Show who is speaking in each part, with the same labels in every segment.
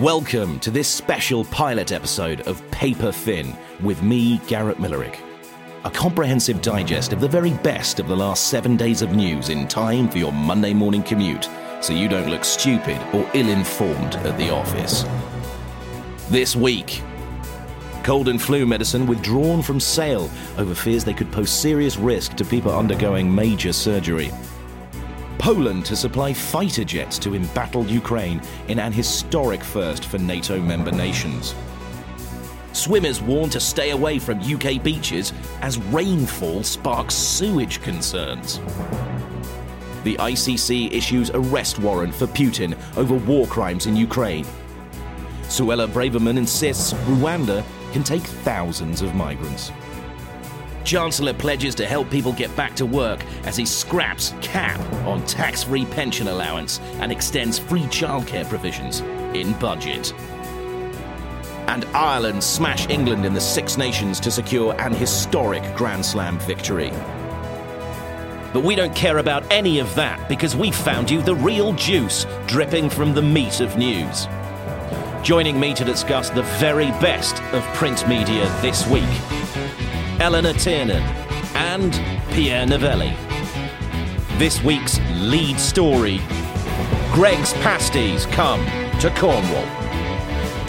Speaker 1: Welcome to this special pilot episode of Paper Thin with me, Garrett Millerick. A comprehensive digest of the very best of the last seven days of news in time for your Monday morning commute so you don't look stupid or ill informed at the office. This week, cold and flu medicine withdrawn from sale over fears they could pose serious risk to people undergoing major surgery. Poland to supply fighter jets to embattled Ukraine in an historic first for NATO member nations. Swimmers warned to stay away from UK beaches as rainfall sparks sewage concerns. The ICC issues arrest warrant for Putin over war crimes in Ukraine. Suella Braverman insists Rwanda can take thousands of migrants. Chancellor pledges to help people get back to work as he scraps cap on tax free pension allowance and extends free childcare provisions in budget. And Ireland smash England in the Six Nations to secure an historic Grand Slam victory. But we don't care about any of that because we found you the real juice dripping from the meat of news. Joining me to discuss the very best of print media this week Eleanor Tiernan, and Pierre Novelli. This week's lead story Greg's pasties come to Cornwall.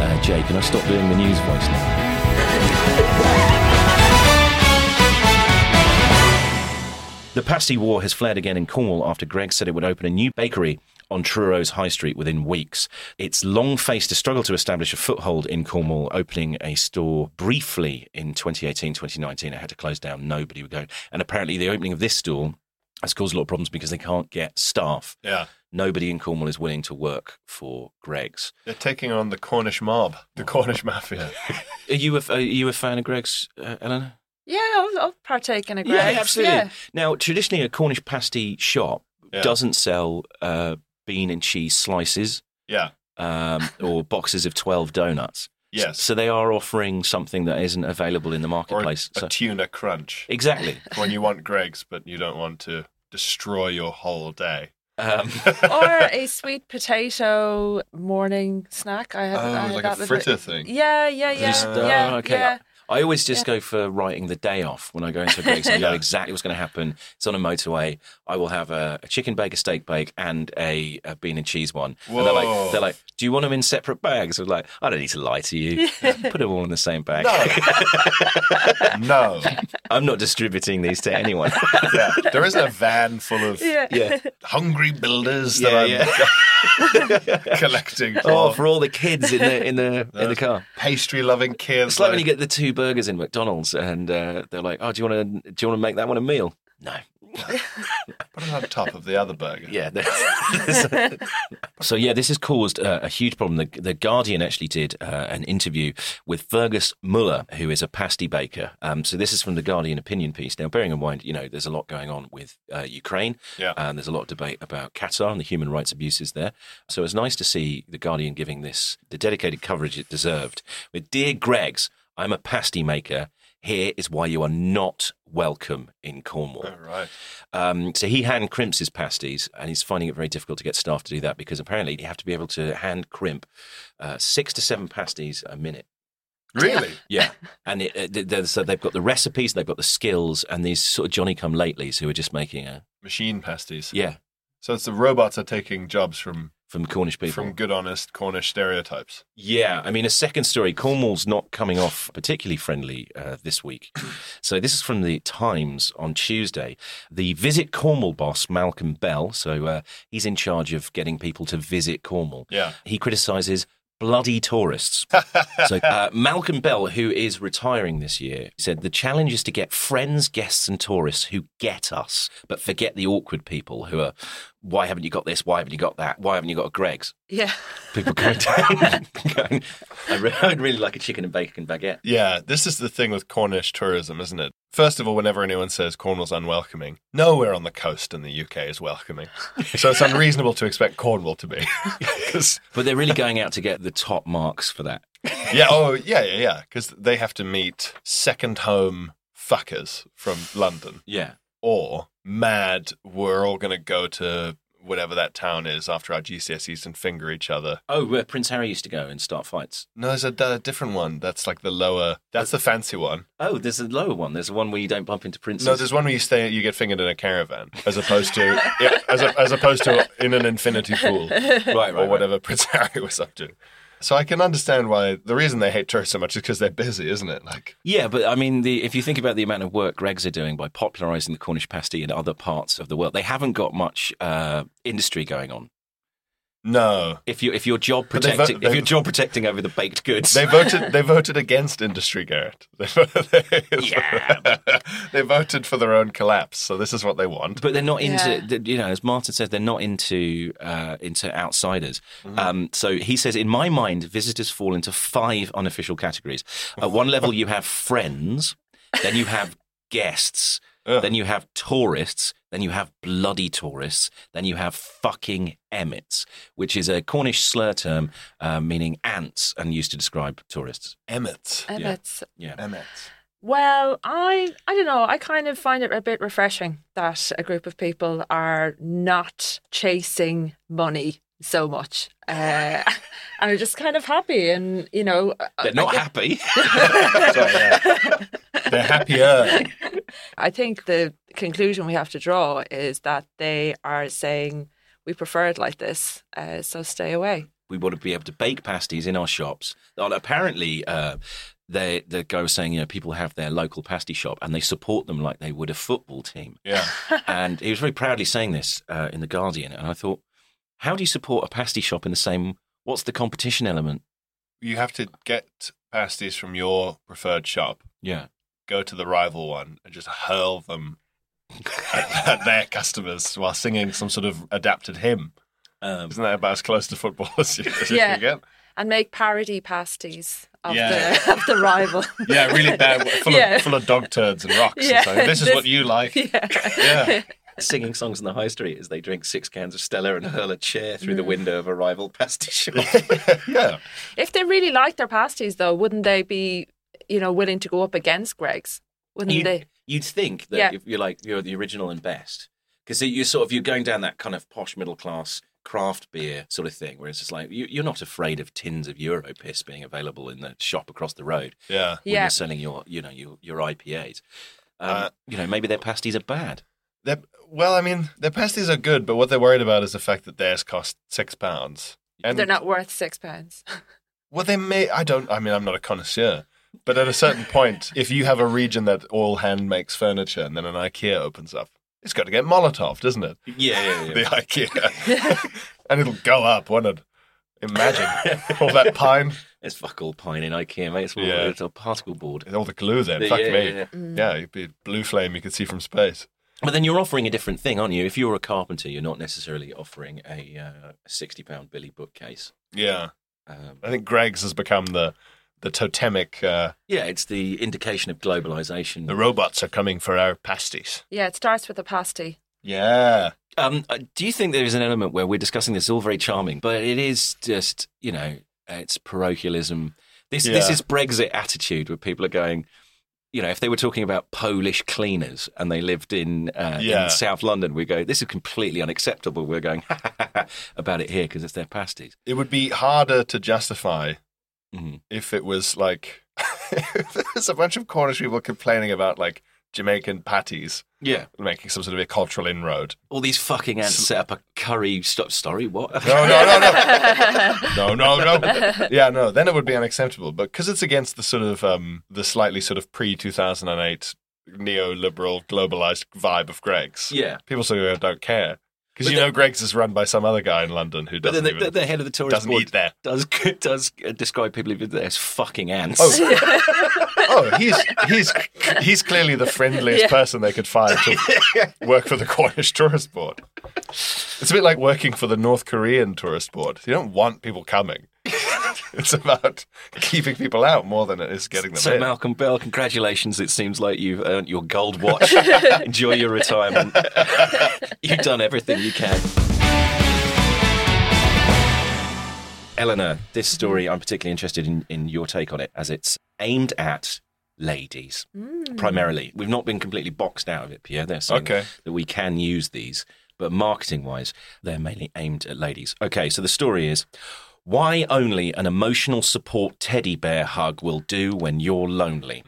Speaker 1: Uh, Jay, can I stop doing the news voice now? The pasty war has flared again in Cornwall after Greg said it would open a new bakery on Truro's High Street within weeks. It's long faced a struggle to establish a foothold in Cornwall, opening a store briefly in 2018, 2019. It had to close down. Nobody would go. And apparently, the opening of this store has caused a lot of problems because they can't get staff.
Speaker 2: Yeah.
Speaker 1: Nobody in Cornwall is willing to work for Greg's.
Speaker 2: They're taking on the Cornish mob,
Speaker 1: Oh.
Speaker 2: the Cornish mafia.
Speaker 1: Are you a, are you a fan of Greg's, uh, Eleanor?
Speaker 3: Yeah, I'll, I'll partake in a Greg's.
Speaker 1: Yeah, absolutely.
Speaker 3: Yeah.
Speaker 1: Now, traditionally, a Cornish pasty shop
Speaker 2: Yeah.
Speaker 1: doesn't sell uh, bean and cheese slices
Speaker 2: yeah.
Speaker 1: um, or boxes of 12 donuts.
Speaker 2: Yes.
Speaker 1: So they are offering something that isn't available in the
Speaker 2: Or a,
Speaker 1: marketplace.
Speaker 2: a
Speaker 1: So-
Speaker 2: tuna crunch.
Speaker 1: exactly.
Speaker 2: when you want Greg's, but you don't want to destroy your whole day.
Speaker 1: Um,
Speaker 3: or uh, a sweet potato morning snack. I had, I had
Speaker 2: oh, like
Speaker 3: that
Speaker 2: a
Speaker 3: with it.
Speaker 2: fritter thing.
Speaker 3: Yeah, yeah, yeah.
Speaker 1: Just, uh,
Speaker 2: oh,
Speaker 3: yeah,
Speaker 1: okay.
Speaker 3: yeah.
Speaker 1: I always just go for writing the day off when I go into a Greg's. I know exactly what's going to happen. It's on a motorway. I will have a, a chicken bake, a steak bake, and a, a bean and cheese one. And they're like,
Speaker 2: Whoa.
Speaker 1: they're like, do you want them in separate bags? I'm like, I don't need to lie to you. Put them all in the same bag.
Speaker 2: No.
Speaker 1: I'm not distributing these to anyone.
Speaker 2: Yeah. There isn't a van full of
Speaker 3: Yeah.
Speaker 1: yeah.
Speaker 2: hungry builders that
Speaker 1: Yeah,
Speaker 2: I'm
Speaker 1: yeah.
Speaker 2: collecting for,
Speaker 1: Oh, for all the kids in the in the in the car.
Speaker 2: pastry loving kids.
Speaker 1: It's like when you get the two burgers in McDonald's, and uh, they're like, "Oh, do you want to do you want to make that one a meal?" No.
Speaker 2: Put it on top of the other burger.
Speaker 1: Yeah. that's- so yeah, this has caused uh, a huge problem. The, the Guardian actually did uh, an interview with Fergus Muller, who is a pasty baker. Um, so this is from the Guardian opinion piece. Now, bearing in mind, you know, there's a lot going on with uh, Ukraine,
Speaker 2: Yeah.
Speaker 1: and there's a lot of debate about Qatar and the human rights abuses there. So it's nice to see the Guardian giving this the dedicated coverage it deserved. With dear Greg's, I'm a pasty maker. Here is why you are not welcome in Cornwall.
Speaker 2: All right.
Speaker 1: Um, so he hand crimps his pasties, and he's finding it very difficult to get staff to do that because apparently you have to be able to hand crimp uh, six to seven pasties a minute.
Speaker 2: Really?
Speaker 1: Yeah, and it, uh, th- th- so they've got the recipes, they've got the skills, and these sort of Johnny come latelys who are just making a
Speaker 2: Machine pasties.
Speaker 1: yeah
Speaker 2: So it's the robots are taking jobs from
Speaker 1: from Cornish people.
Speaker 2: from good honest Cornish stereotypes.
Speaker 1: Yeah, I mean, a second story. Cornwall's not coming off particularly friendly uh, this week. So, this is from the Times on Tuesday. The Visit Cornwall boss, Malcolm Bell, so uh, he's in charge of getting people to visit Cornwall.
Speaker 2: Yeah.
Speaker 1: He criticises bloody tourists. so, uh, Malcolm Bell, who is retiring this year, said the challenge is to get friends, guests, and tourists who get us, but forget the awkward people who are, why haven't you got this? Why haven't you got that? Why haven't you got a Greg's?
Speaker 3: Yeah.
Speaker 1: people going down going, I re- I'd really like a chicken and bacon baguette.
Speaker 2: Yeah, this is the thing with Cornish tourism, isn't it? First of all, whenever anyone says Cornwall's unwelcoming, nowhere on the coast in the UK is welcoming. So it's unreasonable to expect Cornwall to be. 'Cause-
Speaker 1: But they're really going out to get the top marks for that.
Speaker 2: yeah, oh, yeah, yeah, yeah. Because they have to meet second home fuckers from London
Speaker 1: Yeah.
Speaker 2: or mad, we're all going to go to whatever that town is after our GCSEs and finger each other.
Speaker 1: Oh, where Prince Harry used to go and start fights.
Speaker 2: No, there's a, a different one. That's like the lower. That's the fancy one.
Speaker 1: Oh, there's a lower one. There's one where you don't bump into princes.
Speaker 2: No, there's one where you stay. You get fingered in a caravan, as opposed to yeah, as, a, as opposed to in an infinity pool
Speaker 1: right,
Speaker 2: or whatever Prince Harry was up to. So I can understand why the reason they hate tourists so much is because they're busy, isn't it? Like,
Speaker 1: Yeah, but I mean, the, if you think about the amount of work Gregs are doing by popularising the Cornish pasty in other parts of the world, they haven't got much uh, industry going on.
Speaker 2: no,
Speaker 1: If you if your job
Speaker 2: But they've-
Speaker 1: protecting if
Speaker 2: they've-
Speaker 1: your job protecting over the baked goods,
Speaker 2: They voted. They voted against industry, Garrett. They, vo- they,
Speaker 1: Yeah,
Speaker 2: they voted for their own collapse. So this is what they want.
Speaker 1: but they're not
Speaker 3: Yeah.
Speaker 1: into th- you know as Martin says they're not into uh, into outsiders. Um, so he says in my mind visitors fall into five unofficial categories. At one level you have friends, then you have guests,
Speaker 2: Ugh.
Speaker 1: then you have tourists, then you have bloody tourists, then you have fucking emmets, which is a Cornish slur term uh, meaning ants and used to describe tourists.
Speaker 2: Emmett.
Speaker 3: And
Speaker 1: Yeah.
Speaker 3: it's
Speaker 1: Yeah.
Speaker 2: Emmett.
Speaker 3: well, I I don't know. I kind of find it a bit refreshing that a group of people are not chasing money so much, uh, and are just kind of happy and you know I-
Speaker 1: They're
Speaker 3: I
Speaker 1: not
Speaker 3: guess-
Speaker 1: happy.
Speaker 2: Sorry, yeah. They're happier.
Speaker 3: I think the conclusion we have to draw is that they are saying we prefer it like this, uh, so stay away.
Speaker 1: we want to be able to bake pasties in our shops. And apparently, uh, they the guy was saying, you know, people have their local pasty shop and they support them like they would a football team.
Speaker 2: Yeah.
Speaker 1: and he was very proudly saying this uh, in the Guardian, and I thought, how do you support a pasty shop in the same? What's the competition element?
Speaker 2: You have to get pasties from your preferred shop.
Speaker 1: Yeah,
Speaker 2: Go to the rival one and just hurl them at, at their customers while singing some sort of adapted hymn.
Speaker 1: um,
Speaker 2: Isn't that about as close to football as you, as you
Speaker 3: Yeah.
Speaker 2: can get?
Speaker 3: And make parody pasties of,
Speaker 2: Yeah.
Speaker 3: the, of the rival.
Speaker 2: Yeah, really bad. Full,
Speaker 3: Yeah.
Speaker 2: of, full of dog turds and rocks.
Speaker 3: Yeah,
Speaker 2: And saying, this is
Speaker 3: this-
Speaker 2: what you like.
Speaker 3: yeah.
Speaker 2: Yeah.
Speaker 1: singing songs in the high street as they drink six cans of Stella and hurl a chair through the window of a rival pasty shop.
Speaker 2: yeah.
Speaker 3: If they really liked their pasties, though, wouldn't they be, you know, willing to go up against Greg's? Wouldn't
Speaker 1: you'd,
Speaker 3: they?
Speaker 1: you'd think that
Speaker 3: Yeah.
Speaker 1: if you're like you're the original and best because you're sort of you're going down that kind of posh middle class craft beer sort of thing where it's just like you, you're not afraid of tins of euro piss being available in the shop across the road
Speaker 2: Yeah.
Speaker 1: when
Speaker 3: Yeah.
Speaker 1: you're selling your you know your, your ipas um,
Speaker 2: Uh,
Speaker 1: you know maybe their pasties are bad
Speaker 2: They're, well, I mean, their pasties are good, but what they're worried about is the fact that theirs cost six pounds. And
Speaker 3: They're not worth six pounds.
Speaker 2: well, they may. I don't. I mean, I'm not a connoisseur, but at a certain point, if you have a region that all hand makes furniture, and then an IKEA opens up, it's got to get Molotov, doesn't it?
Speaker 1: yeah yeah, yeah.
Speaker 2: The IKEA, and it'll go up, won't it? Imagine all that pine,
Speaker 1: it's fuck all pine in ikea mate it's all
Speaker 2: Yeah.
Speaker 1: it's a particle board
Speaker 2: all the glue. Then
Speaker 1: Yeah,
Speaker 2: fuck
Speaker 1: yeah,
Speaker 2: me.
Speaker 1: yeah, yeah.
Speaker 2: Yeah, it'd be a blue flame you could see from space.
Speaker 1: But then you're offering a different thing, aren't you? If you're a carpenter, you're not necessarily offering a uh, sixty-pound Billy bookcase.
Speaker 2: Yeah,
Speaker 1: Um,
Speaker 2: I think Greg's has become the the totemic. Uh,
Speaker 1: Yeah, it's the indication of globalization.
Speaker 2: the robots are coming for our pasties.
Speaker 3: Yeah, it starts with a pasty.
Speaker 2: Yeah.
Speaker 1: Um, uh, do you think there is an element where we're discussing this? It's all very charming, but it is just you know, uh, it's parochialism. This this
Speaker 2: Yeah.
Speaker 1: is Brexit attitude where people are going. You know, if they were talking about Polish cleaners and they lived in uh,
Speaker 2: Yeah.
Speaker 1: in South London, we go, this is completely unacceptable. We're going about it here because it's their pasties.
Speaker 2: it would be harder to justify
Speaker 1: Mhm.
Speaker 2: if it was like if there was a bunch of Cornish people complaining about like Jamaican patties
Speaker 1: Yeah,
Speaker 2: making some sort of a cultural inroad.
Speaker 1: all these fucking ants set up a curry. Stop, sorry, what?
Speaker 2: No, no, no, no, no, no, no. Yeah, no. Then it would be unacceptable, but because it's against the sort of um the slightly sort of pre two thousand and eight neoliberal globalized vibe of Greg's.
Speaker 1: yeah,
Speaker 2: People sort of don't care because
Speaker 1: But
Speaker 2: you know Greg's is run by some other guy in London who
Speaker 1: but then
Speaker 2: doesn't
Speaker 1: the,
Speaker 2: even,
Speaker 1: the head of the tourist
Speaker 2: doesn't
Speaker 1: board
Speaker 2: eat there.
Speaker 1: does does uh, describe people who as fucking ants.
Speaker 2: Oh, oh, he's he's he's clearly the friendliest
Speaker 3: Yeah.
Speaker 2: person they could find to work for the Cornish Tourist Board. It's a bit like working for the North Korean Tourist Board. You don't want people coming. it's about keeping people out more than it is getting them
Speaker 1: so
Speaker 2: in.
Speaker 1: Malcolm Bell, congratulations! It seems like you've earned your gold watch. Enjoy your retirement. you've done everything you can. Eleanor, this
Speaker 3: Mm-hmm.
Speaker 1: story I'm particularly interested in, in your take on it, as it's aimed at
Speaker 3: Mm.
Speaker 1: ladies primarily. We've not been completely boxed out of it, Pierre. They're saying
Speaker 2: Okay.
Speaker 1: that we can use these but marketing wise, they're mainly aimed at ladies. Okay, so the story is why only an emotional support teddy bear hug will do when you're lonely.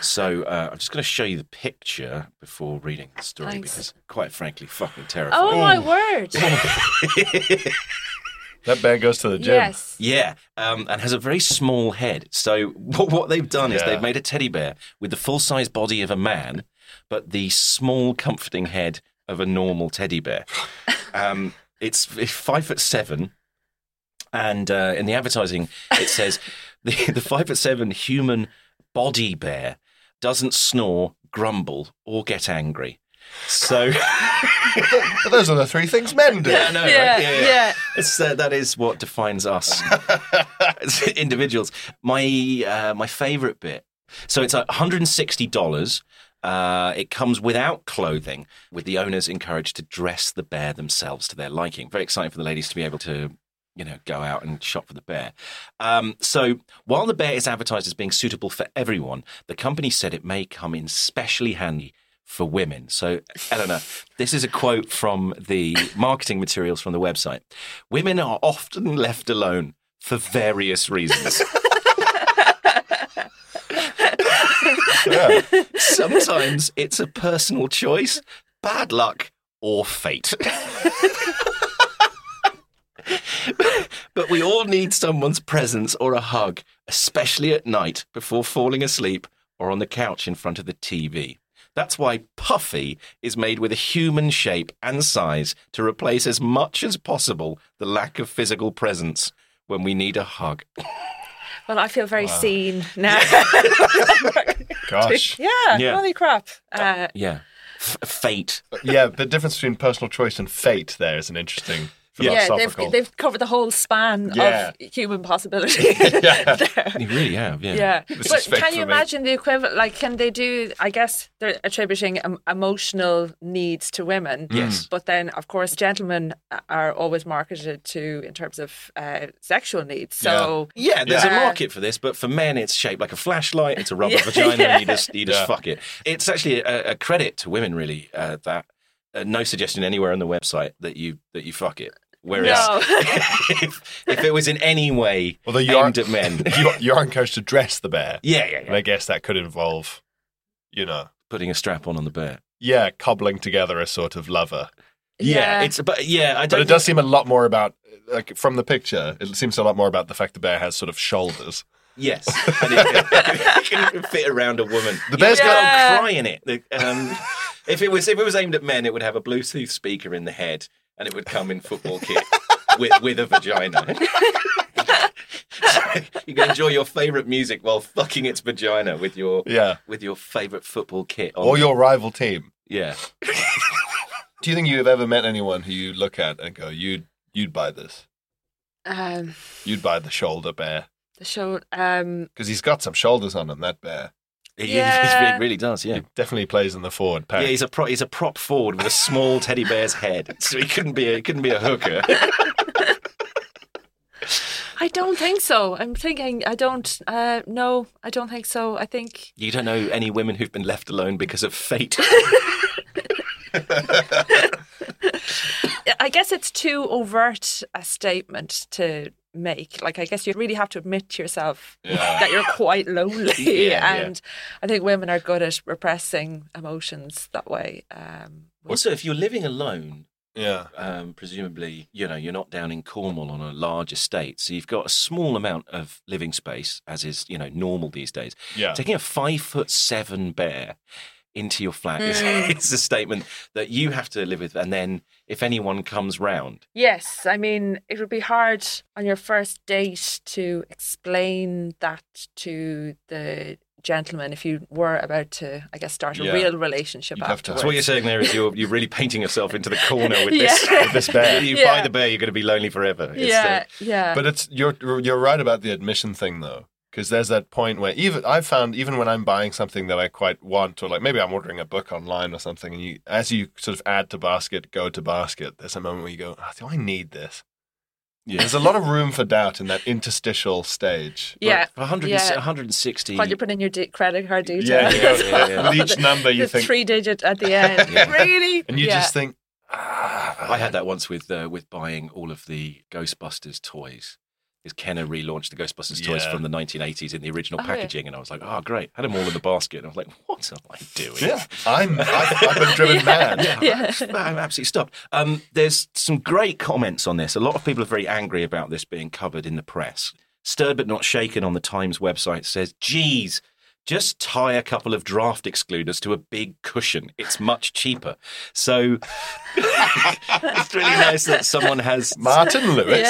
Speaker 1: So uh, I'm just going to show you the picture before reading the story
Speaker 3: Thanks.
Speaker 1: because, quite frankly, fucking terrifying.
Speaker 3: Oh, my word.
Speaker 2: That bear goes to the gym.
Speaker 3: yes.
Speaker 1: Yeah, um, and has a very small head. So what, what they've done is
Speaker 2: Yeah.
Speaker 1: they've made a teddy bear with the full size body of a man, but the small comforting head of a normal teddy bear. Um, it's five foot seven, and uh, in the advertising it says the, the five foot seven human body bear doesn't snore, grumble, or get angry. So
Speaker 2: But those are the three things men do.
Speaker 1: Yeah, I know, right?
Speaker 3: Yeah, yeah.
Speaker 1: It's, uh, that is what defines us as individuals. My uh, my favorite bit. So it's like $160. Uh, it comes without clothing, with the owners encouraged to dress the bear themselves to their liking. Very exciting for the ladies to be able to, you know, go out and shop for the bear. Um, so while the bear is advertised as being suitable for everyone, the company said it may come in specially handy for women. So, Eleanor, this is a quote from the marketing materials from the website. Women are often left alone for various reasons.
Speaker 2: Yeah.
Speaker 1: Sometimes it's a personal choice, bad luck, or fate. but we all need someone's presence or a hug, especially at night before falling asleep or on the couch in front of the TV. That's why Puffy is made with a human shape and size to replace as much as possible the lack of physical presence when we need a hug.
Speaker 3: Well, I feel very seen now.
Speaker 2: Gosh.
Speaker 3: yeah,
Speaker 1: Yeah.
Speaker 3: holy crap. Uh,
Speaker 1: Yeah. F- fate.
Speaker 2: Yeah, the difference between personal choice and fate there is an interesting
Speaker 3: yeah,
Speaker 2: philosophical.
Speaker 3: they've, they've covered the whole span
Speaker 2: Yeah.
Speaker 3: of human possibility.
Speaker 2: Yeah.
Speaker 3: there.
Speaker 1: You really have,
Speaker 3: Yeah,
Speaker 2: This
Speaker 3: but
Speaker 2: is fake
Speaker 3: can
Speaker 2: for
Speaker 3: you
Speaker 2: me.
Speaker 3: imagine the equivalent? Like, can they do? I guess they're attributing em- emotional needs to women.
Speaker 1: Yes.
Speaker 3: but then of course, gentlemen are always marketed to in terms of uh, sexual needs. So
Speaker 1: Yeah, there's
Speaker 3: Yeah.
Speaker 1: a market for this, but for men, it's shaped like a flashlight. It's a rubber
Speaker 3: Yeah.
Speaker 1: vagina.
Speaker 3: Yeah.
Speaker 1: And you just you just
Speaker 2: Yeah.
Speaker 1: fuck it. It's actually a, a credit to women, really. Uh, that uh, no suggestion anywhere on the website that you that you fuck it. Whereas
Speaker 3: No.
Speaker 1: if, if it was in any way
Speaker 2: Although you
Speaker 1: aimed
Speaker 2: are-
Speaker 1: at men,
Speaker 2: you, are, you are encouraged to dress the bear.
Speaker 1: yeah, yeah,
Speaker 2: And
Speaker 1: yeah.
Speaker 2: I guess that could involve, you know,
Speaker 1: putting a strap on on the bear.
Speaker 2: yeah, cobbling together a sort of lover.
Speaker 1: Yeah,
Speaker 3: Yeah.
Speaker 1: it's but yeah, I
Speaker 2: But
Speaker 1: don't.
Speaker 2: it does seem a lot more about, like, from the picture, it seems a lot more about the fact the bear has sort of shoulders.
Speaker 1: Yes, and it, it can fit around a woman.
Speaker 2: The bear's
Speaker 1: you
Speaker 3: got-
Speaker 1: cry in it. The- um, if it was if it was aimed at men, it would have a Bluetooth speaker in the head, and it would come in football kit with with a vagina. you can enjoy your favorite music while fucking its vagina with your
Speaker 2: Yeah.
Speaker 1: with your favorite football kit. On
Speaker 2: Or your rival team.
Speaker 1: yeah.
Speaker 2: Do you think you've ever met anyone who you look at and go, you'd, you'd buy this?
Speaker 3: um,
Speaker 2: You'd buy the shoulder bear?
Speaker 3: the show. Um,
Speaker 2: Because he's got some shoulders on him, that bear.
Speaker 1: It,
Speaker 3: Yeah.
Speaker 1: it really does. Yeah.
Speaker 2: He definitely plays in the forward pack.
Speaker 1: Yeah, he's a pro- he's a prop forward with a small teddy bear's head, so he couldn't be a, he couldn't be a hooker.
Speaker 3: I don't think so. I'm thinking. I don't. Uh, no, I don't think so. I think
Speaker 1: You don't know any women who've been left alone because of fate.
Speaker 3: I guess it's too overt a statement to make. Like, I guess you really have to admit to yourself that you're quite lonely.
Speaker 1: yeah.
Speaker 3: and I think women are good at repressing emotions that way. Um,
Speaker 1: Also, if you're living alone,
Speaker 2: yeah.
Speaker 1: um, presumably, you know, you're not down in Cornwall on a large estate, so you've got a small amount of living space, as is, you know, normal these days.
Speaker 2: Yeah.
Speaker 1: Taking a five foot seven bear into your flat is,
Speaker 3: Hmm.
Speaker 1: is a statement that you have to live with, and then if anyone comes round,
Speaker 3: yes, I mean, it would be hard on your first date to explain that to the gentleman if you were about to, I guess, start a
Speaker 2: Yeah.
Speaker 3: real relationship
Speaker 2: You'd have to-
Speaker 1: so
Speaker 3: afterwards.
Speaker 1: what you're saying there is you're you're really painting yourself into the corner with this.
Speaker 3: Yeah.
Speaker 2: With this bear.
Speaker 1: You
Speaker 3: Yeah.
Speaker 1: buy the bear, you're going to be lonely forever. It's, uh,
Speaker 3: yeah, yeah.
Speaker 2: But it's you're you're right about the admission thing though, because there's that point where even I've found even when I'm buying something that I quite want, or like maybe I'm ordering a book online or something, and you as you sort of add to basket, go to basket, there's a moment where you go, oh, do I need this?
Speaker 1: yeah.
Speaker 2: There's a lot of room for doubt in that interstitial stage.
Speaker 3: yeah.
Speaker 1: For 100,
Speaker 3: Yeah.
Speaker 1: 160.
Speaker 3: While you put in your de- credit card details.
Speaker 2: Yeah, you go,
Speaker 1: Yeah, yeah, yeah.
Speaker 2: with each number you
Speaker 3: the
Speaker 2: think,
Speaker 3: three digit at the end.
Speaker 1: Yeah.
Speaker 3: Really?
Speaker 2: and you
Speaker 3: yeah.
Speaker 2: just think, "Ah,
Speaker 1: I
Speaker 2: Uh-huh.
Speaker 1: had that once with uh, with buying all of the Ghostbusters toys. Because Kenner relaunched the Ghostbusters toys
Speaker 2: Yeah.
Speaker 1: from the 1980s in the original
Speaker 3: Oh, yeah.
Speaker 1: packaging, and I was like, "Oh, great!" Had them all in the basket, and I was like, "What am I doing?"
Speaker 2: Yeah, I'm. I've, I've been driven mad.
Speaker 1: Yeah, I'm absolutely stumped. Um, there's some great comments on this. A lot of people are very angry about this being covered in the press. Stirred but not shaken on the Times website says, "Geez, just tie a couple of draft excluders to a big cushion. It's much cheaper." So it's really nice that someone has.
Speaker 2: Martin Lewis.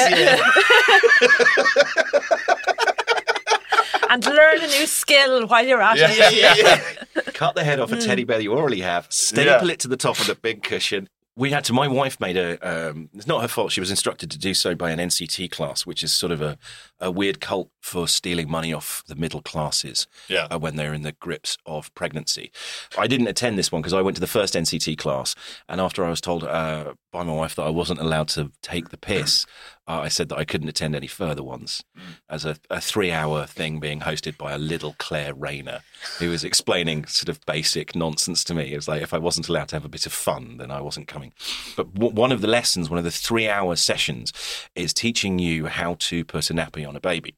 Speaker 3: and learn a new skill while you're at it.
Speaker 2: Yeah, yeah, yeah.
Speaker 1: cut the head off a teddy bear you already have, staple it to the top of the big cushion. We had to. My wife made a. Um, it's not her fault. She was instructed to do so by an NCT class, which is sort of a, a weird cult for stealing money off the middle classes
Speaker 2: Yeah.
Speaker 1: uh, when they're in the grips of pregnancy. I didn't attend this one because I went to the first NCT class, and after I was told uh, by my wife that I wasn't allowed to take the piss, uh, I said that I couldn't attend any further ones as a, a three-hour thing being hosted by a little Claire Rayner who was explaining sort of basic nonsense to me. It was like if I wasn't allowed to have a bit of fun, then I wasn't coming. But w- one of the lessons, one of the three-hour sessions, is teaching you how to put a nappy on a baby.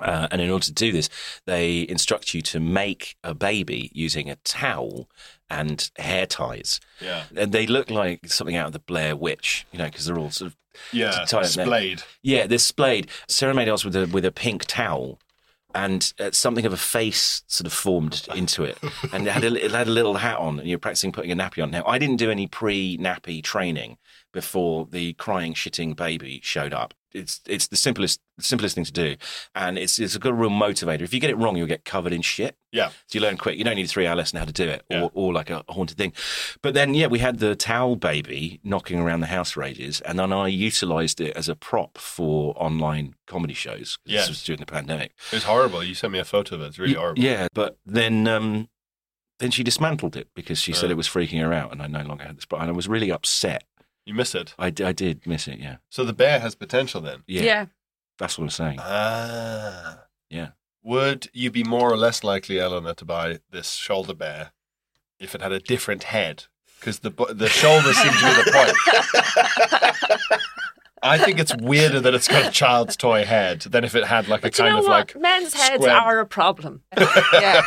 Speaker 1: Uh, and in order to do this, they instruct you to make a baby using a towel and hair ties.
Speaker 2: Yeah.
Speaker 1: And they look like something out of the Blair Witch, you know, because they're all sort of
Speaker 2: Yeah.
Speaker 1: To tie it there.
Speaker 2: Displayed.
Speaker 1: yeah, they're splayed. Sarah made us with a with a pink towel, and uh, something of a face sort of formed into it, and it had a, it had a little hat on, and you're practicing putting a nappy on. Now, I didn't do any pre nappy training before the crying shitting baby showed up. It's it's the simplest simplest thing to do, and it's it's a good real motivator. If you get it wrong, you'll get covered in shit.
Speaker 2: Yeah.
Speaker 1: So you learn quick. You don't need a three hour lesson how to do it or,
Speaker 2: Yeah.
Speaker 1: or like a haunted thing. But then, yeah, we had the towel baby knocking around the house for ages. And then I utilized it as a prop for online comedy shows. 'cause
Speaker 2: Yes.
Speaker 1: This was during the pandemic.
Speaker 2: It was horrible. You sent me a photo of it. It's really
Speaker 1: Y-
Speaker 2: horrible.
Speaker 1: Yeah. But then, um, then she dismantled it because she said
Speaker 2: Oh.
Speaker 1: it was freaking her out and I no longer had this. But and I was really upset.
Speaker 2: You miss it.
Speaker 1: I, d- I did miss it. Yeah.
Speaker 2: So the bear has potential then.
Speaker 1: Yeah.
Speaker 3: Yeah.
Speaker 1: That's what I'm saying.
Speaker 2: Ah.
Speaker 1: Yeah.
Speaker 2: Would you be more or less likely, Eleanor, to buy this shoulder bear if it had a different head? Because the bo- the shoulder seems to be the point. I think it's weirder that it's got a child's toy head than if it had like a
Speaker 3: But do you
Speaker 2: kind
Speaker 3: know
Speaker 2: of
Speaker 3: what?
Speaker 2: like.
Speaker 3: Men's heads
Speaker 2: square-
Speaker 3: are a problem. yeah.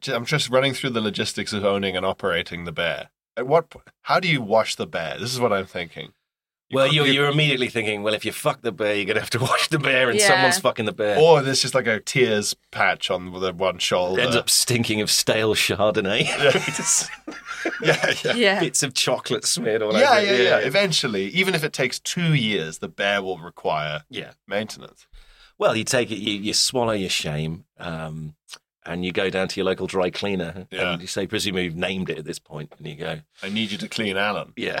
Speaker 2: J- I'm just running through the logistics of owning and operating the bear. At what? po- How do you wash the bear? This is what I'm thinking.
Speaker 1: well,
Speaker 2: could-
Speaker 1: you're, you're immediately thinking, well, if you fuck the bear, you're going to have to wash the bear and
Speaker 3: Yeah.
Speaker 1: someone's fucking the bear.
Speaker 2: Or there's just like a tears patch on the one shoulder.
Speaker 1: ends up stinking of stale Chardonnay. Just
Speaker 2: yeah, yeah.
Speaker 3: Yeah.
Speaker 1: Bits of chocolate smeared all
Speaker 2: Yeah,
Speaker 1: over
Speaker 2: yeah,
Speaker 1: it.
Speaker 2: yeah. Eventually, even if it takes two years, the bear will require
Speaker 1: Yeah.
Speaker 2: maintenance.
Speaker 1: Well, you take it, you, you swallow your shame, um, and you go down to your local dry cleaner,
Speaker 2: Yeah.
Speaker 1: and you say, presumably you've named it at this point, and you go,
Speaker 2: I need you to clean Alan.
Speaker 1: yeah.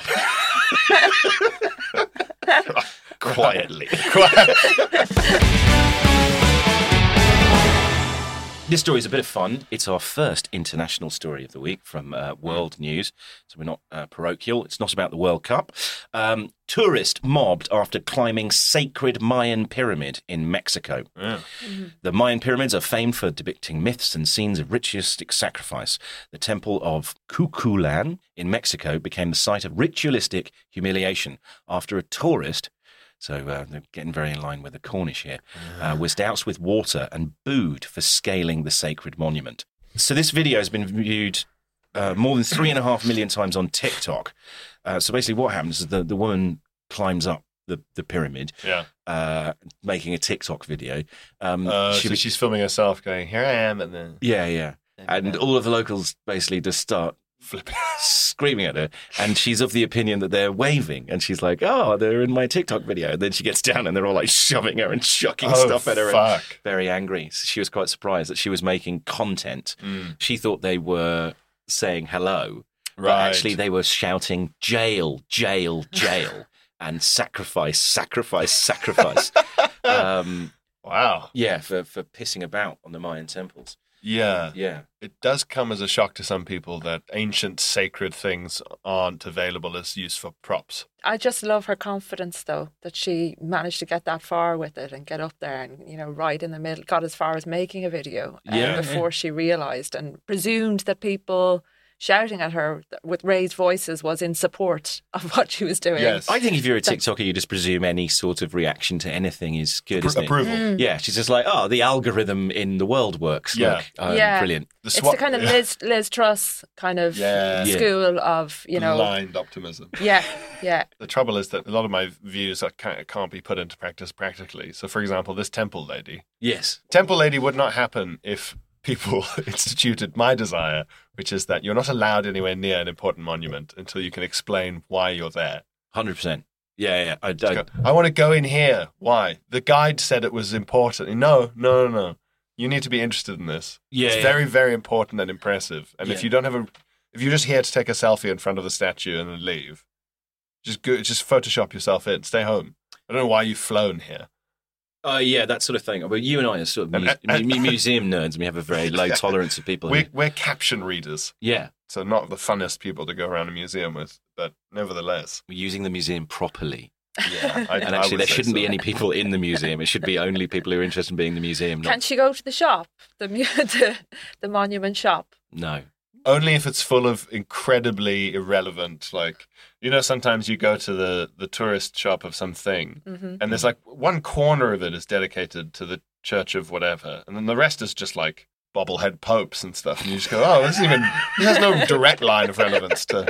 Speaker 1: Quietly. This story is a bit of fun. It's our first international story of the week from uh, World News, so we're not uh, parochial. It's not about the World Cup. Um, tourist mobbed after climbing sacred Mayan pyramid in Mexico. The Mayan pyramids are famed for depicting myths and scenes of ritualistic sacrifice. The temple of Cuculan in Mexico became the site of ritualistic humiliation after a tourist. So uh, they're getting very in line with the Cornish here. Uh, was doused with water and booed for scaling the sacred monument. So this video has been viewed uh, more than three and a half million times on TikTok. Uh, so basically, what happens is the, the woman climbs up the, the pyramid,
Speaker 2: Yeah.
Speaker 1: uh, making a TikTok video. Um,
Speaker 2: Uh,
Speaker 1: she
Speaker 2: so
Speaker 1: was-
Speaker 2: she's filming herself going, Here I am, and then
Speaker 1: yeah, yeah. And all of the locals basically just start
Speaker 2: flip.
Speaker 1: screaming at her. And she's of the opinion that they're waving. And she's like, oh, they're in my TikTok video. And then she gets down and they're all like shoving her and chucking stuff at her. and
Speaker 2: Oh, Fuck.
Speaker 1: very angry. So she was quite surprised that she was making content.
Speaker 2: Mm.
Speaker 1: She thought they were saying hello, but
Speaker 2: Right.
Speaker 1: actually they were shouting jail, jail, jail, and sacrifice, sacrifice, sacrifice. um,
Speaker 2: Wow.
Speaker 1: yeah, for, for pissing about on the Mayan temples.
Speaker 2: Yeah.
Speaker 1: Yeah.
Speaker 2: It does come as a shock to some people that ancient sacred things aren't available as use for props.
Speaker 3: I just love her confidence, though, that she managed to get that far with it and get up there and, you know, right in the middle, got as far as making a video uh,
Speaker 1: Yeah, yeah.
Speaker 3: before she realized and presumed that people shouting at her with raised voices was in support of what she was doing.
Speaker 2: Yes.
Speaker 1: I think if you're a TikToker, you just presume any sort of reaction to anything is good, isn't it?
Speaker 2: approval.
Speaker 3: Mm.
Speaker 1: Yeah, she's just like, oh, the algorithm in the world works.
Speaker 2: Yeah.
Speaker 1: Look, um,
Speaker 3: Yeah.
Speaker 1: brilliant.
Speaker 2: The
Speaker 3: It's
Speaker 2: swa-
Speaker 3: the kind of Liz, Liz Truss kind of
Speaker 2: Yeah.
Speaker 1: Yeah.
Speaker 3: school of, you know.
Speaker 2: blind optimism.
Speaker 3: Yeah, yeah.
Speaker 2: The trouble is that a lot of my views are, can't, can't be put into practice practically. So, for example, this temple lady.
Speaker 1: Yes.
Speaker 2: Temple lady would not happen if people instituted my desire, which is that you're not allowed anywhere near an important monument until you can explain why you're there.
Speaker 1: 100%. Yeah, yeah. I,
Speaker 2: Go,
Speaker 1: I,
Speaker 2: I want to go in here. Why? The guide said it was important. No, no, no, no. You need to be interested in this.
Speaker 1: Yeah,
Speaker 2: it's
Speaker 1: yeah.
Speaker 2: very, very important and impressive. And if
Speaker 1: Yeah.
Speaker 2: you don't have a, if you're just here to take a selfie in front of the statue and then leave, just go, just Photoshop yourself in. Stay home. I don't know why you've flown here.
Speaker 1: uh, yeah, that sort of thing. But you and I are sort of mu-
Speaker 2: And- and-
Speaker 1: mu- museum nerds, and we have a very low tolerance of people. who-
Speaker 2: We're, we're caption readers,
Speaker 1: yeah,
Speaker 2: so not the funnest people to go around a museum with, but nevertheless,
Speaker 1: we're using the museum properly.
Speaker 2: yeah. I,
Speaker 1: And
Speaker 2: I
Speaker 1: actually,
Speaker 2: would
Speaker 1: there
Speaker 2: say
Speaker 1: shouldn't be
Speaker 2: so.
Speaker 1: any people in the museum. It should be only people who are interested in being in the museum. Not,
Speaker 3: Can't she go to the shop, the, mu- the, the monument shop?
Speaker 1: no.
Speaker 2: only if it's full of incredibly irrelevant like you know sometimes you go to the the tourist shop of something
Speaker 3: Mm-hmm.
Speaker 2: and there's like one corner of it is dedicated to the church of whatever and then the rest is just like bobblehead popes and stuff and you just go oh this isn't even this has no direct line of relevance to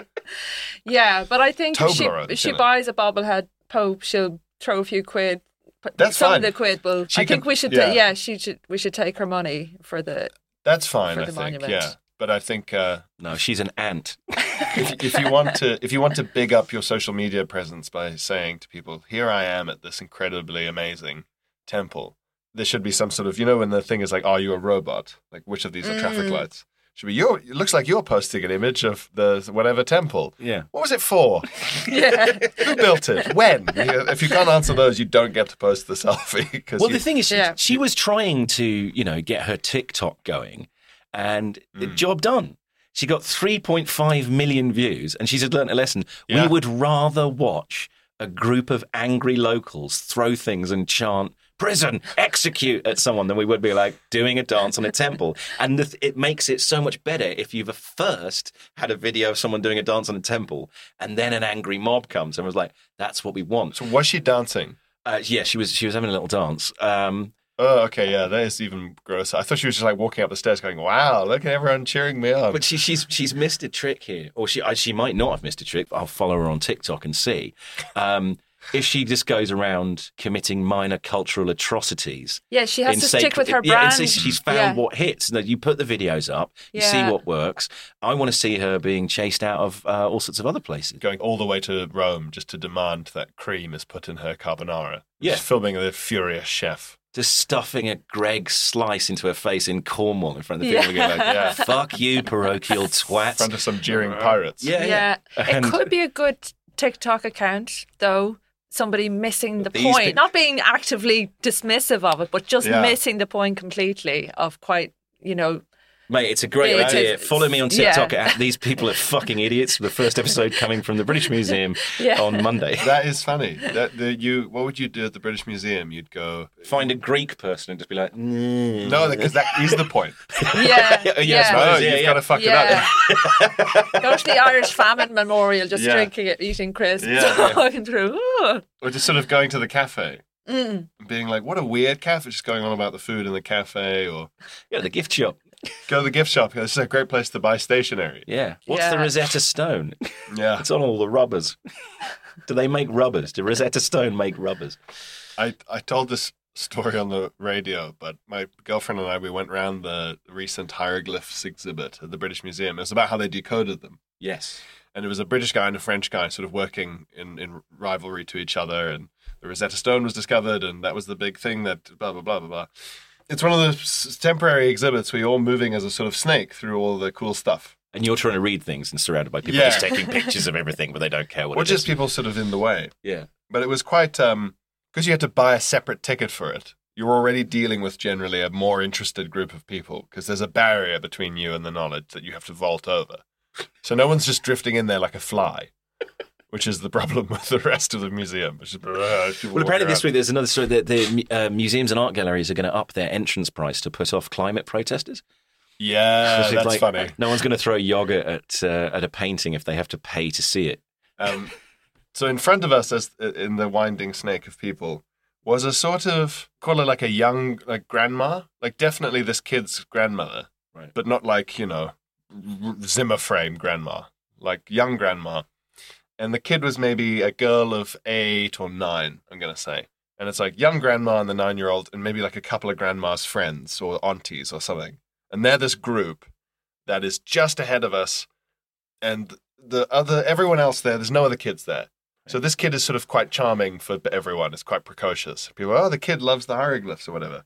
Speaker 3: Yeah, but I think if she,
Speaker 2: Toblerone,
Speaker 3: if she
Speaker 2: isn't it?
Speaker 3: buys a bobblehead pope, she'll throw a few quid. But
Speaker 2: That's
Speaker 3: some
Speaker 2: fine.
Speaker 3: of the quid will.
Speaker 2: She
Speaker 3: I think
Speaker 2: can-
Speaker 3: we should.
Speaker 2: yeah.
Speaker 3: Yeah. yeah, she should. We should take her money for the.
Speaker 2: that's fine
Speaker 3: For
Speaker 2: i
Speaker 3: the
Speaker 2: think
Speaker 3: monument.
Speaker 2: yeah but i think uh
Speaker 1: No, she's an ant.
Speaker 2: if, if you want to if you want to big up your social media presence by saying to people here i am at this incredibly amazing temple there should be some sort of you know when the thing is like are you a robot like which of these are
Speaker 3: Mm.
Speaker 2: traffic lights should be your it looks like you're posting an image of the whatever temple
Speaker 1: Yeah.
Speaker 2: what was it for
Speaker 3: Yeah,
Speaker 2: who built it when if you can't answer those you don't get to post the selfie because
Speaker 1: Well,
Speaker 2: you,
Speaker 1: the thing is, she,
Speaker 3: Yeah.
Speaker 1: she was trying to, you know, get her TikTok going, and the
Speaker 2: Mm.
Speaker 1: job done. She got 3.5 million views, and she's had learnt a lesson.
Speaker 2: Yeah.
Speaker 1: We would rather watch a group of angry locals throw things and chant "prison, execute" at someone than we would be like doing a dance on a temple. And the th- it makes it so much better if you've uh, first had a video of someone doing a dance on a temple, and then an angry mob comes and was like, "That's what we want."
Speaker 2: so was she dancing
Speaker 1: Uh, yeah, she was she was having a little dance. Um,
Speaker 2: Oh, okay, yeah, that is even gross. I thought she was just like walking up the stairs, going, "Wow, look at everyone cheering me on."
Speaker 1: But she, she's she's missed a trick here, or she I- she might not have missed a trick. But I'll follow her on TikTok and see um, if she just goes around committing minor cultural atrocities.
Speaker 3: yeah. She has
Speaker 1: in
Speaker 3: to
Speaker 1: sacred-
Speaker 3: stick with her
Speaker 1: yeah, and
Speaker 3: brand.
Speaker 1: so she's found
Speaker 3: Yeah.
Speaker 1: what hits. No, you put the videos up, you see
Speaker 3: Yeah.
Speaker 1: what works. I want to see her being chased out of uh, all sorts of other places.
Speaker 2: going all the way to Rome just to demand that cream is put in her carbonara.
Speaker 1: Yeah.
Speaker 2: Just filming the furious chef.
Speaker 1: Just stuffing a Greg slice into her face in Cornwall in front of the people.
Speaker 2: Yeah.
Speaker 1: and going
Speaker 2: Yeah.
Speaker 1: like, "Fuck you, parochial
Speaker 2: In
Speaker 1: twat."
Speaker 2: front of some jeering pirates.
Speaker 1: Yeah, yeah.
Speaker 3: yeah,
Speaker 1: And-
Speaker 3: it could be a good TikTok account though. Somebody missing the
Speaker 1: These
Speaker 3: point,
Speaker 1: things-
Speaker 3: not being actively dismissive of it, but just
Speaker 2: Yeah.
Speaker 3: missing the point completely of quite, you know,
Speaker 1: Mate, it's a great
Speaker 3: It
Speaker 1: idea.
Speaker 3: is-
Speaker 1: Follow me on
Speaker 3: yeah.
Speaker 1: TikTok. At These people are fucking idiots. The first episode coming from the British Museum
Speaker 3: Yeah.
Speaker 1: on Monday.
Speaker 2: That is funny. That the, you, what would you do at the British Museum? You'd go
Speaker 1: Find a Greek person and just be like, "Mm."
Speaker 2: no, because that is the point.
Speaker 3: yeah,
Speaker 1: Yeah,
Speaker 3: yeah,
Speaker 1: yes,
Speaker 2: No,
Speaker 1: Yeah,
Speaker 2: you've
Speaker 1: yeah.
Speaker 2: got to fuck
Speaker 3: Yeah.
Speaker 2: it
Speaker 3: Go to the Irish Famine Memorial, just
Speaker 2: Yeah.
Speaker 3: drinking it, eating crisps,
Speaker 2: Yeah.
Speaker 3: walking through. "Ooh."
Speaker 2: up, or just sort of going to the cafe. and Being like, what a weird cafe, just going on about the food in the cafe, or
Speaker 1: yeah, the gift shop.
Speaker 2: go to the gift shop. This is a great place to buy stationery.
Speaker 1: Yeah. What's the
Speaker 3: Yeah.
Speaker 1: Rosetta Stone?
Speaker 2: Yeah,
Speaker 1: It's on all the rubbers. Do they make rubbers? Do Rosetta Stone make rubbers?
Speaker 2: I, I told this story on the radio, but my girlfriend and I, we went round the recent hieroglyphs exhibit at the British Museum. It was about how they decoded them.
Speaker 1: Yes.
Speaker 2: And it was a British guy and a French guy sort of working in, in rivalry to each other. And the Rosetta Stone was discovered, and that was the big thing that blah, blah, blah, blah, blah. It's one of those temporary exhibits where you're all moving as a sort of snake through all the cool stuff.
Speaker 1: And you're trying to read things and surrounded by people
Speaker 2: Yeah.
Speaker 1: just taking pictures of everything, but they don't care what
Speaker 2: or
Speaker 1: it
Speaker 2: just
Speaker 1: is.
Speaker 2: people sort of in the way.
Speaker 1: Yeah.
Speaker 2: but it was quite um because you had to buy a separate ticket for it you're already dealing with generally a more interested group of people because there's a barrier between you and the knowledge that you have to vault over so no one's just drifting in there like a fly which is the problem with the rest of the museum which is,
Speaker 1: Well, apparently this week there's another story that the uh, museums and art galleries are going to up their entrance price to put off climate protesters.
Speaker 2: Yeah,
Speaker 4: 'Cause it's
Speaker 2: that's
Speaker 4: like,
Speaker 2: funny.
Speaker 4: No one's going to throw yogurt at uh, at a painting if they have to pay to see it.
Speaker 2: Um, so in front of us, as in the winding snake of people, was a sort of call her like a young like grandma, like definitely this kid's grandmother,
Speaker 4: Right.
Speaker 2: But not like you know r- Zimmer frame grandma, like young grandma. And the kid was maybe a girl of eight or nine, I'm gonna say. And it's like young grandma and the nine year old, and maybe like a couple of grandma's friends or aunties or something. And they're this group that is just ahead of us and the other everyone else there there's no other kids there so this kid is sort of quite charming for everyone it's quite precocious people oh the kid loves the hieroglyphs or whatever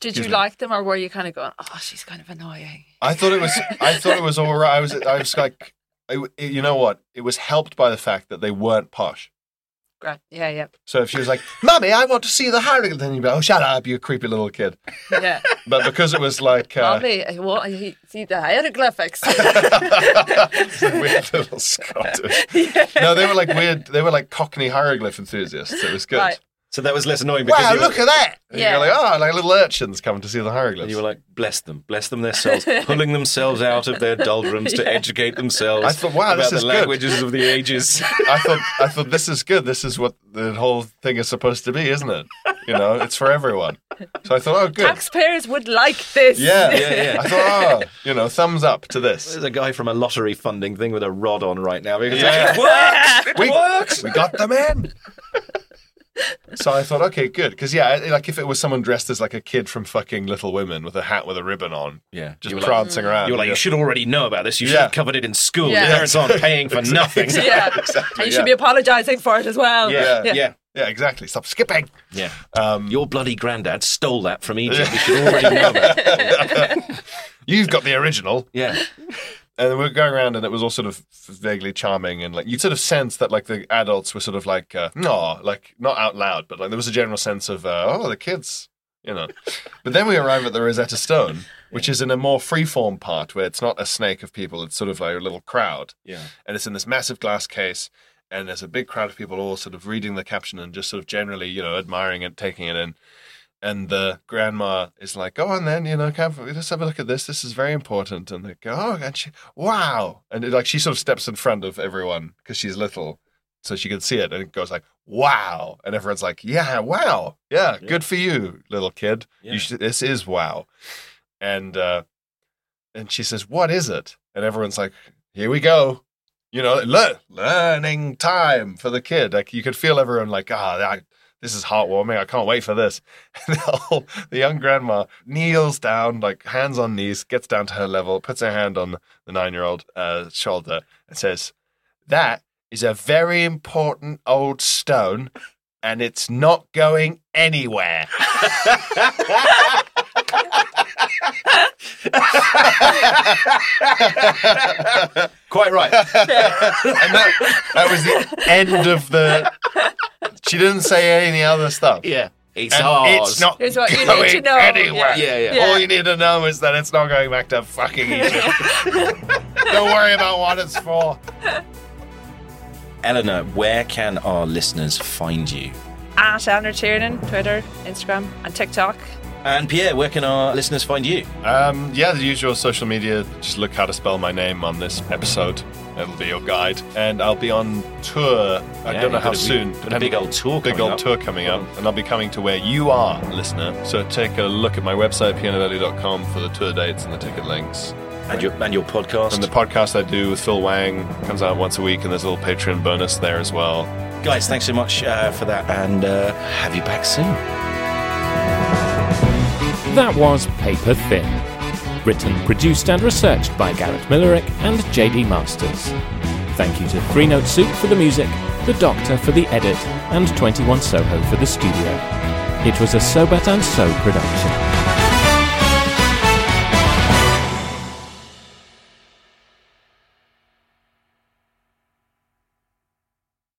Speaker 3: Did
Speaker 2: Excuse
Speaker 3: you
Speaker 2: me.
Speaker 3: like them, or were you kind of going, "Oh, she's kind of annoying"?
Speaker 2: i thought it was i thought it was all right i was i was like I- you know what it was helped by the fact that they weren't posh
Speaker 3: Great. Yeah, yeah,
Speaker 2: so if she was like mummy i want to see the hieroglyphs then you'd be like oh shut up you creepy little kid
Speaker 3: yeah.
Speaker 2: but because it was like uh,
Speaker 3: Mommy, I want to see the hieroglyphics.
Speaker 2: weird little scottish no they were like weird they were like cockney hieroglyph enthusiasts it was good
Speaker 3: Right.
Speaker 4: So that was less annoying because
Speaker 2: Wow,
Speaker 4: you,
Speaker 2: look
Speaker 4: were,
Speaker 2: at that! And
Speaker 3: Yeah.
Speaker 2: You're like, oh, like little urchins coming to see the
Speaker 4: and
Speaker 2: hieroglyphs.
Speaker 4: you were like, bless them, bless them themselves, pulling themselves out of their doldrums to educate themselves.
Speaker 2: I thought, wow,
Speaker 4: about
Speaker 2: this
Speaker 4: the
Speaker 2: is good.
Speaker 4: languages of the ages.
Speaker 2: I thought, I thought this is good. This is what the whole thing is supposed to be, isn't it? You know, it's for everyone. So I thought, oh, good.
Speaker 3: Taxpayers would like this.
Speaker 2: yeah,
Speaker 4: Yeah, yeah.
Speaker 2: I thought, oh, you know, thumbs up to this.
Speaker 4: There's a guy from a lottery funding thing with a rod on right now. Because
Speaker 2: Yeah.
Speaker 4: it works. It
Speaker 2: We-
Speaker 4: works.
Speaker 2: We got them in. So I thought, okay, good, because yeah, I- like if it was someone dressed as like a kid from fucking Little Women with a hat with a ribbon on,
Speaker 4: Yeah,
Speaker 2: just
Speaker 4: you were like,
Speaker 2: prancing around,
Speaker 4: you were like,
Speaker 2: yeah.
Speaker 4: you should already know about this. You should
Speaker 2: Yeah.
Speaker 4: have covered it in school.
Speaker 3: Yeah.
Speaker 4: Your parents aren't paying for nothing.
Speaker 3: Yeah.
Speaker 2: Exactly,
Speaker 3: And you
Speaker 2: yeah.
Speaker 3: should be apologising for it as well.
Speaker 2: Yeah.
Speaker 4: yeah. yeah.
Speaker 2: yeah, exactly. Stop skipping.
Speaker 4: Yeah.
Speaker 2: Um,
Speaker 4: Your bloody granddad stole that from Egypt. You should already know that.
Speaker 2: you've got the original.
Speaker 4: Yeah.
Speaker 2: and then we were going around, and it was all sort of vaguely charming, and like you sort of sense that like the adults were sort of like uh, no, like not out loud, but like there was a general sense of uh, oh the kids, you know. but then we arrive at the Rosetta Stone, which is in a more freeform part where it's not a snake of people; it's sort of like a little crowd,
Speaker 4: Yeah.
Speaker 2: and it's in this massive glass case, and there's a big crowd of people all sort of reading the caption and just sort of generally you know admiring it, taking it in. And the grandma is like, "Go on, then, you know, come, let's have a look at this. This is very important." And they go, "Oh, and she, wow!" And it, like she sort of steps in front of everyone because she's little, so she can see it, and it goes like, "Wow!" And everyone's like, "Yeah, wow, yeah,
Speaker 4: Yeah.
Speaker 2: good for you, little kid.
Speaker 4: Yeah.
Speaker 2: You should, this is wow." And uh, and she says, "What is it?" And everyone's like, "Here we go." You know, le- learning time for the kid. Like you could feel everyone like, ah, that, this is heartwarming. I can't wait for this. And the, whole, the young grandma kneels down, like hands on knees, gets down to her level, puts her hand on the nine year old uh, shoulder, and says, That is a very important old stone, and it's not going anywhere.
Speaker 4: Quite right.
Speaker 2: And that, that was the end of the. She didn't say any other stuff.
Speaker 4: Yeah. Oh, It's
Speaker 2: And
Speaker 4: ours.
Speaker 2: it's not
Speaker 3: Here's what you need to
Speaker 2: going
Speaker 3: know.
Speaker 2: anywhere.
Speaker 4: Yeah, yeah.
Speaker 3: Yeah.
Speaker 2: All you need to know is that it's not going back to fucking Egypt. Don't worry about what it's for.
Speaker 4: Eleanor, where can our listeners find you?
Speaker 3: At Anna Tiernan, Twitter, Instagram, and TikTok.
Speaker 4: And Pierre, where can our listeners find you?
Speaker 2: Um, yeah, the usual social media. Just look how to spell my name on this episode. It'll be your guide. And I'll be on tour. I
Speaker 4: Yeah,
Speaker 2: don't
Speaker 4: you've
Speaker 2: know how
Speaker 4: got a big-
Speaker 2: soon.
Speaker 4: got a big old tour
Speaker 2: Big
Speaker 4: coming
Speaker 2: old
Speaker 4: up.
Speaker 2: tour coming up. And I'll be coming to where you are, listener. So take a look at my website, pianovelli.com, for the tour dates and the ticket links.
Speaker 4: And your and your podcast.
Speaker 2: And the podcast I do with Phil Wang comes out once a week, and there's a little Patreon bonus there as well.
Speaker 4: Guys, thanks so much uh, for that, and uh, have you back soon.
Speaker 5: That was Paper Thin. Written, produced, and researched by Garrett Millerick and JD Masters. Thank you to Three Note Soup for the music, The Doctor for the edit, and 21 Soho for the studio. It was a Sobat and So production.